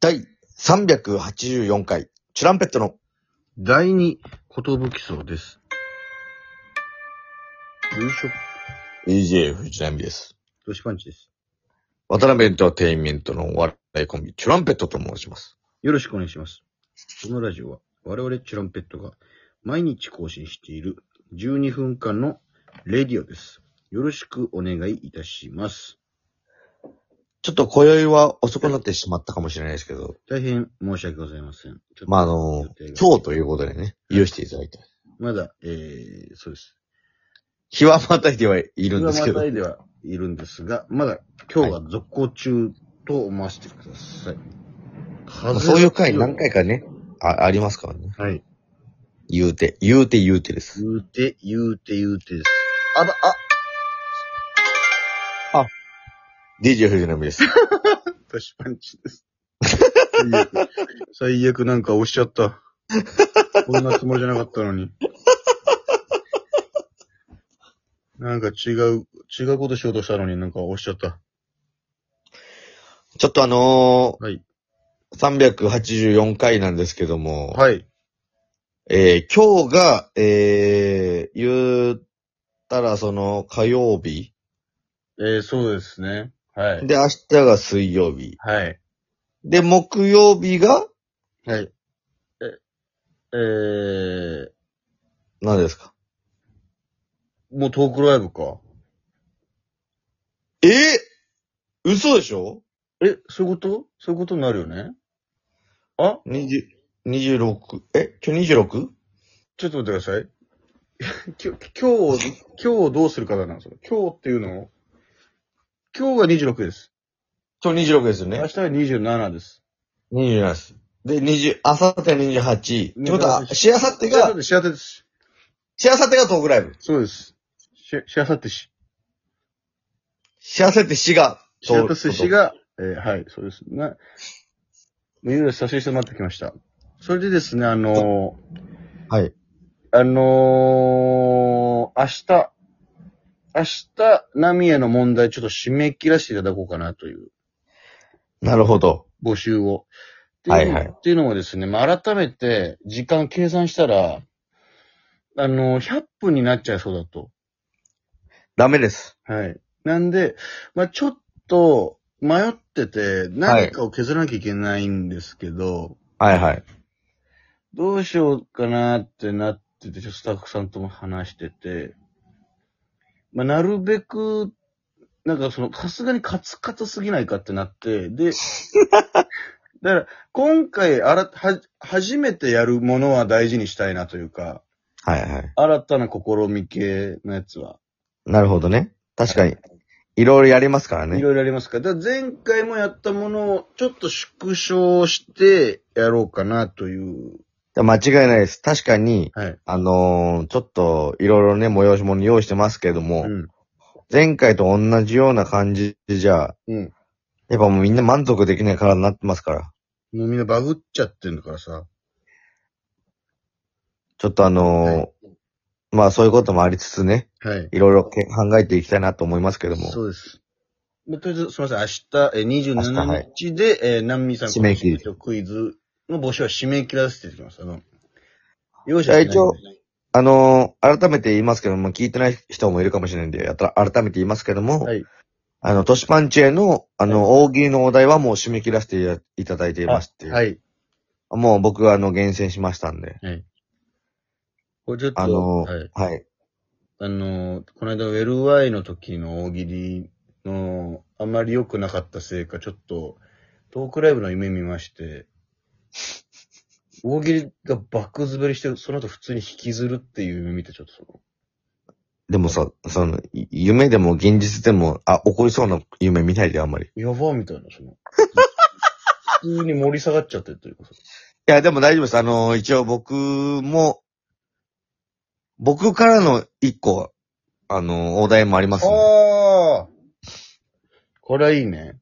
第384回、チュランペットの、第二、ことぶきそうです。よいしょ、 DJ 藤波です。よしパンチです。渡辺エンターテインメントのお笑いコンビ、チュランペットと申します。よろしくお願いします。このラジオは、我々チュランペットが毎日更新している12分間のレディオです。よろしくお願いいたします。ちょっと今宵は遅くなってしまったかもしれないですけど、大変申し訳ございません。ちょっとまあ、あの予定が、今日ということでね、許していただいて。まだ、えー、そうです。日はまたいではいるんですけ今どま、たではいるんですが、まだ今日は続行中と思わせてください。まあそういう回何回かね、あありますからね。か。はい。言うて、言うて言うてです。言うて、言うて、言うてです。あら、あ、あ、DJ 藤波です。私パンチです。最悪最悪なんか押しちゃった。こんなつもりじゃなかったのに。なんか違う、違うことしようとしたのになんか押しちゃった。ちょっとあのはい。ー、384回なんですけども、はい。えー今日が、えー、言ったらその火曜日。えー、そうですね。はい。で、明日が水曜日。はい。で、木曜日が、はい。え、えー、何ですかもうトークライブか。えー、嘘でしょえ、そういうことそういうことになるよねあ ?20、26? え今日 26? ちょっと待ってください。 きょ今日、今日どうするかだな、それ。今日っていうのを。今日が26です。今日26ですよ明ね。日は27です。 27です。で、20、あさって28。ってことは、 27しあさって明後が日、でしあさってです。しあさってがトークライブ。そうです。し、しあさってし。しあさってしがしトーあク、さってしが、えーはい、そうですね。いろいろ差し入れしてもらってきました。それでですね、あのーはい。あのー明日、明日、ナミエの問題ちょっと締め切らせていただこうかなという。なるほど。募集を。ってはいいうのはいっていうのもですね、まあ、改めて時間計算したら、あの、100分になっちゃいそうだと。ダメです。はい。なんで、まあ、ちょっと迷ってて、何かを削らなきゃいけないんですけど、はいはい。どうしようかなってなってて、ちょっとスタッフさんとも話してて、まあ、なるべく、なんかその、さすがにカツカツすぎないかってなって、で、だから、今回、あら、は、初めてやるものは大事にしたいなというか、はいはい。新たな試み系のやつは。なるほどね。確かに。いろいろやりますからね。いろいろありますから。だから前回もやったものを、ちょっと縮小してやろうかなという。間違いないです。確かに、はい。あのーちょっと、いろいろね、催し物用意してますけども、うん。前回と同じような感じじゃ、うん。やっぱもうみんな満足できない体になってますから、もうみんなバグっちゃってんだからさ。ちょっとあのーはいまあそういうこともありつつね、はい。いろいろけ考えていきたいなと思いますけども、そうです。まあとりあえず、すみません。明日、えー明日は27い日で、えー、南民さん締め切りクイズの募集は締め切らせていただきます。あの、容赦しないいや一応あのー改めて言いますけども、聞いてない人もいるかもしれないんで、やったら改めて言いますけども、はいあの、都市パンチへの、あの、大喜利のお題はもう締め切らせていたいただいていまして、あはい。もう僕はあの、厳選しましたんで、これちょっと、あのーはい。はい。あのーこの間、ウェルワイの時の大喜利の、あんまり良くなかったせいか、ちょっと、トークライブの夢見まして、大喜利がバック滑りして、その後普通に引きずるっていう夢見て、ちょっとその、でもさ、その、い夢でも現実でも、あ、起こりそうな夢見ないで、あんまり。いやばみたいな、 その。普通に盛り下がっちゃってるというか、や、でも大丈夫です。あの、一応僕も、僕からの一個、あの、お題もありますんで、ああこれはいいね。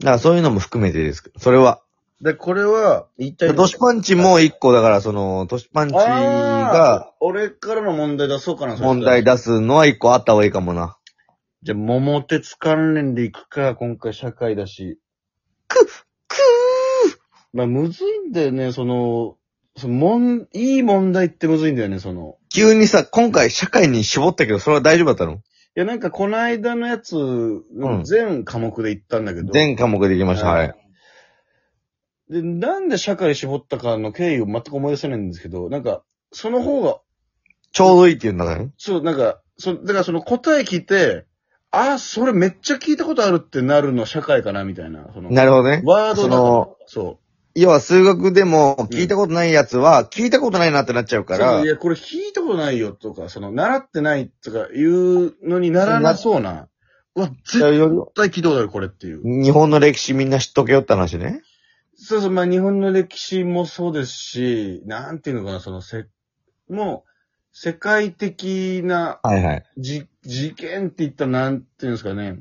だからそういうのも含めてですけど、それは。で、これは、一体、都市パンチも一個、だからその、都市パンチがあー俺からの問題出そうかな、それ問題。出すのは一個あった方がいいかもな。じゃあ、桃鉄関連でいくか、今回社会だし。く、くーまあ、むずいんだよね、その、そのもん、いい問題ってむずいんだよね、その。急にさ、今回社会に絞ったけど、それは大丈夫だったのいや、なんかこの間のやつ、ん全科目で行ったんだけど。全科目できました、ははいい。で、なんで社会絞ったかの経緯を全く思い出せないんですけど、なんか、その方が、ちょうどいいって言うんだからね。そう、なんか、そ、だからその答え聞いて、あ、それめっちゃ聞いたことあるってなるの社会かな、みたいな。そのなるほどね。ワードそだの、そ要は数学でも聞いたことないやつは、聞いたことないなってなっちゃうう。かそうらい、や、これ聞いたことないよとか、その、習ってないとかいうのにならなそうな。うわ、絶対聞いたことある、これっていう。日本の歴史みんな知っとけよって話ね。そうそう、まあ日本の歴史もそうですし、なんていうのかな、その、せ、もう、世界的なはいはい。じ、事件って言ったらなんていうんですかね。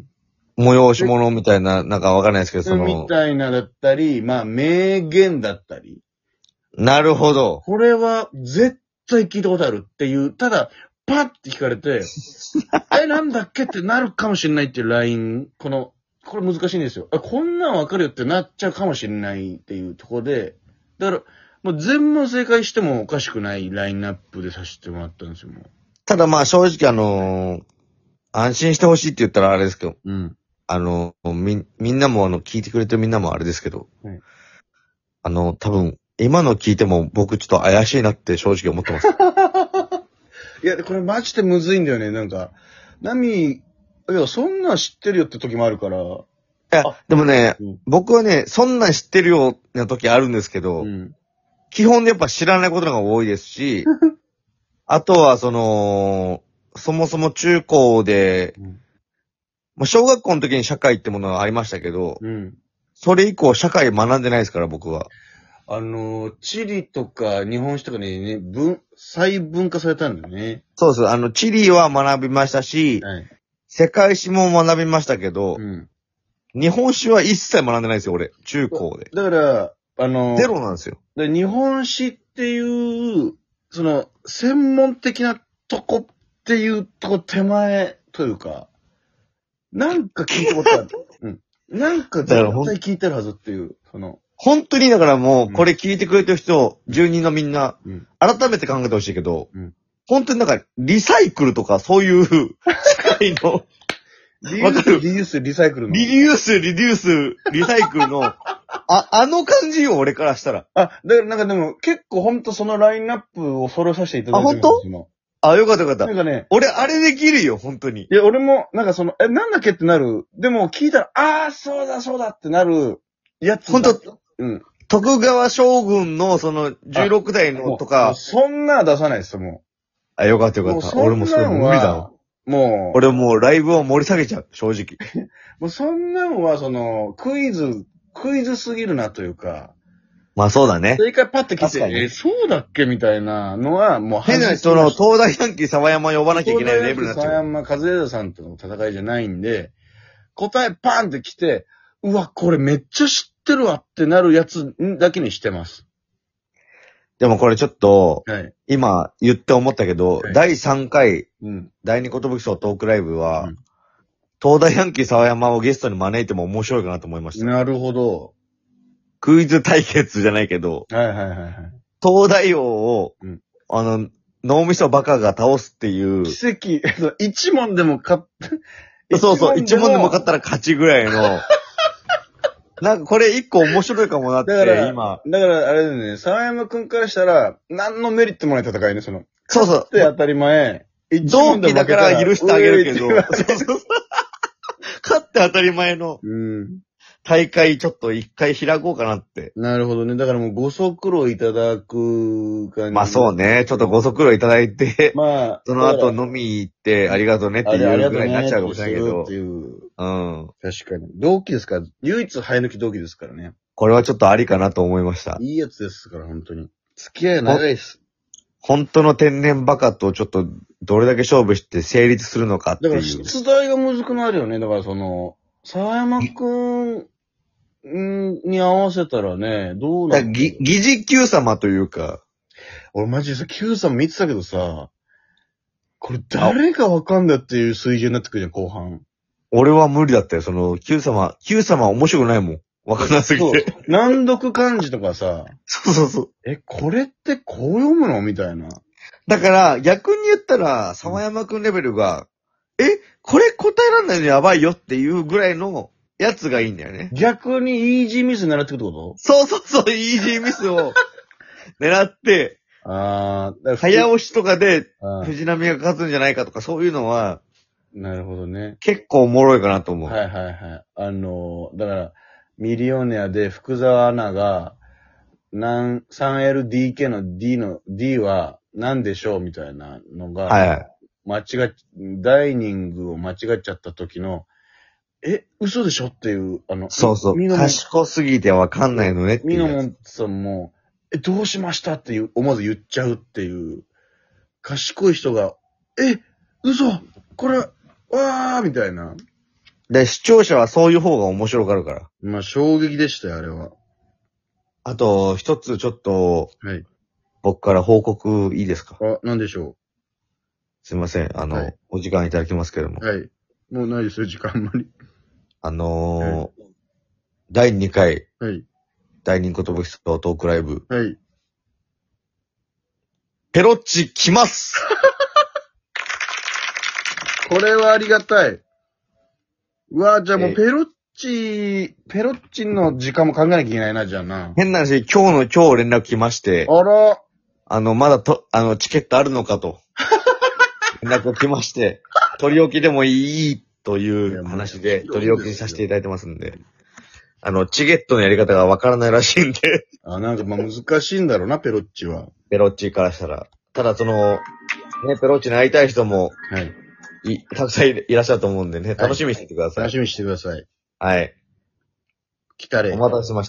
催し物みたいな、なんかわかんないですけど、そみの、たいなだったり、まあ名言だったり。なるほど。これは絶対聞いたことあるっていう、ただ、パッて聞かれて、え、なんだっけってなるかもしれないっていうライン、この、これ難しいんですよ。あこんなんわかるよってなっちゃうかもしれないっていうところで、だから、もう全問正解してもおかしくないラインナップでさせてもらったんですよ、もただまあ正直あのー安心してほしいって言ったらあれですけど、う。うん。あのーみ、みんなもあの、聞いてくれてるみんなもあれですけど、はいあの、多分、今の聞いても僕ちょっと怪しいなって正直思 ってます。いや、これマジでむずいんだよね、なんか。ナミ、いや、そんなん知ってるよって時もあるから。いや、でもね、うん僕はね、そんなん知ってるような時あるんですけど、うん。基本でやっぱ知らないことの方が多いです し、あとはその、そもそも中高で、うんまあ、小学校の時に社会ってものはありましたけど、うん。それ以降社会学んでないですから僕は。あの、地理とか日本史とかにね、分、細分化されたんだよね。そうです。あの、地理は学びましたし、はい。世界史も学びましたけど、うん。日本史は一切学んでないですよ、俺。中高で。だから、あの、ゼロなんですよ。で日本史っていう、その、専門的なとこっていうとこ手前というか、なんか聞いた ことある。うん。なんか絶だからほん対聞いてるはずっていう、その、本当にだからもうう、んこれ聞いてくれてる人、住人のみんなうん、改めて考えてほしいけどうん、本当になんか、リサイクルとか、そう いう、社会の、リユわかース、るリユース、リサイクルの。リデュース、リデュース、リサイクルの、あ、あの感じよ、俺からしたら。あ、だからなんかでも結構ほんとそのラインナップを揃えさせていただいてるんあほですよあ、よかったよかった今な。んかね、俺、あれできるよ、本当に。いや、俺も、なんかその、え、なんだっけってなる。でも聞いたら、ああ、そうだそうだってなるやつだ。ほんとうん。徳川将軍の、その、16代のともうか、そんな出さないです、もあ、よかったう。よもかうった。そん俺もそれなん無は理だわ。。もう、俺もうライブを盛り下げちゃう、正直。もうそんなんは、その、クイズ、クイズすぎるなというか、まあそうだね。正解パッて聞い確かにて、え、そうだっけみたいなのは、もう変な、その、東大ヤンキー沢山呼ばなきゃいけないレベルになっち佐ゃう。山和枝さんとの戦いじゃないんで、答えパンって来て、うわ、これめっちゃ知ってるわってなるやつだけにしてます。でもこれちょっと、はい。今言って思ったけどは、い第3回、うん。第2言武賞トークライブはうん、東大ヤンキー沢山をゲストに招いても面白いかなと思いました。なるほど。クイズ対決じゃないけど、はいはいはいはい。東大王をうん、あの、脳みそバカが倒すっていう、奇跡、 そう一問でも勝った。そうそう、一問でも勝っったら勝ちぐらい の、なんかこれ一個面白いかもなっだからて、今。だから、あれだよね、沢山くんからしたら、何のメリットもない戦いね、その。そうそうで、当たり前。一同問で期もだ負けかたらら許してあげるけ ど、うそえうそうそう。勝って当たり前のうん。大会ちょっと一回開こうかなって。なるほどね。だからもうご足労いただく感じ。まあそうね。ね、ちょっとご足労いただい て、まあ、その後だ飲み行ってありがとうねってから、あいれありうぐらがとういになっねちゃうかもしれないけどって、いう。うん。確かに。同期ですから、唯一生え抜き同期ですからね。これはちょっとありかなと思いました。いいやつですから、本当に。付き合い長いです。本当の天然バカとちょっとどれだけ勝負して成立するのかってだからいう。出題がむずくなるよね。だからその、沢山くんに合わせたらね、どうなだからるぎ疑似級様というか、俺マジでさ、Q さん見てたけどさ、これ誰がわかんだっていう水準になってくるじゃん、後半。俺は無理だったよ。その、Q 様、Q 様面白くないもん。わからなす ぎそうて。。難読漢字とかさ、 そうそうそう。え、これってこう読むのみたいな。だから、逆に言ったら、沢山くんレベルが、え、これ答えらんないのやばいよっていうぐらいのやつがいいんだよね。逆にイージーミス狙ってくってこそうそうそう、イージーミス を狙って、とあー、だから早押しとかであー藤波が勝つんじゃないかとか、そういうのはなるほどね。結構おもろいかなと思う。はいはいはい。あのー、だから、ミリオネアで福沢アナが、なん、3LDK の D の、D は何でしょうみたいなのが、はいはい。間違っ、ダイニングを間違っちゃった時の、え、嘘でしょっていう、あの、そうそうミ。ノモン、賢すぎてわかんないのねってミいノうモやつ。ンさんも、え、どうしましたっていう、思わず言っちゃうっていう、賢い人が、え、嘘これ、わーみたいな。で、視聴者はそういう方が面白がるから。まあ、衝撃でしたよ、あれは。あと、一つちょっと、はい。僕から報告いいですかあ、なんでしょすいません。あの、はいお時間いただきますけれどもう。。はい。もうないですよ、時間あんまり。あのー第2回、はい。第2言武士とトークライブ、はい。ペロッチ来ますこれはありがたい。うわじゃあもえうーペロッチ、ペロッチの時間も考えなきゃいけないな、じゃあな。変な話、今日の今日連絡来まして、あら、あの、まだと、あの、チケットあるのか と、連絡来まして、取り置きでもいいという話でいやもういい、よ取り置きにさせていただいてますんで、あの、チケットのやり方がわからないらしいんで、 あ、なんかまあ難しいんだろうな、ペロッチは。ペロッチからしたら。ただ、その、ね、ペロッチに会いたい人も、はい。い、たくさんいいらっしゃると思うんでね、楽しみにしててくださ楽い。しみにしてください。はい。来たれ。お待たせしました。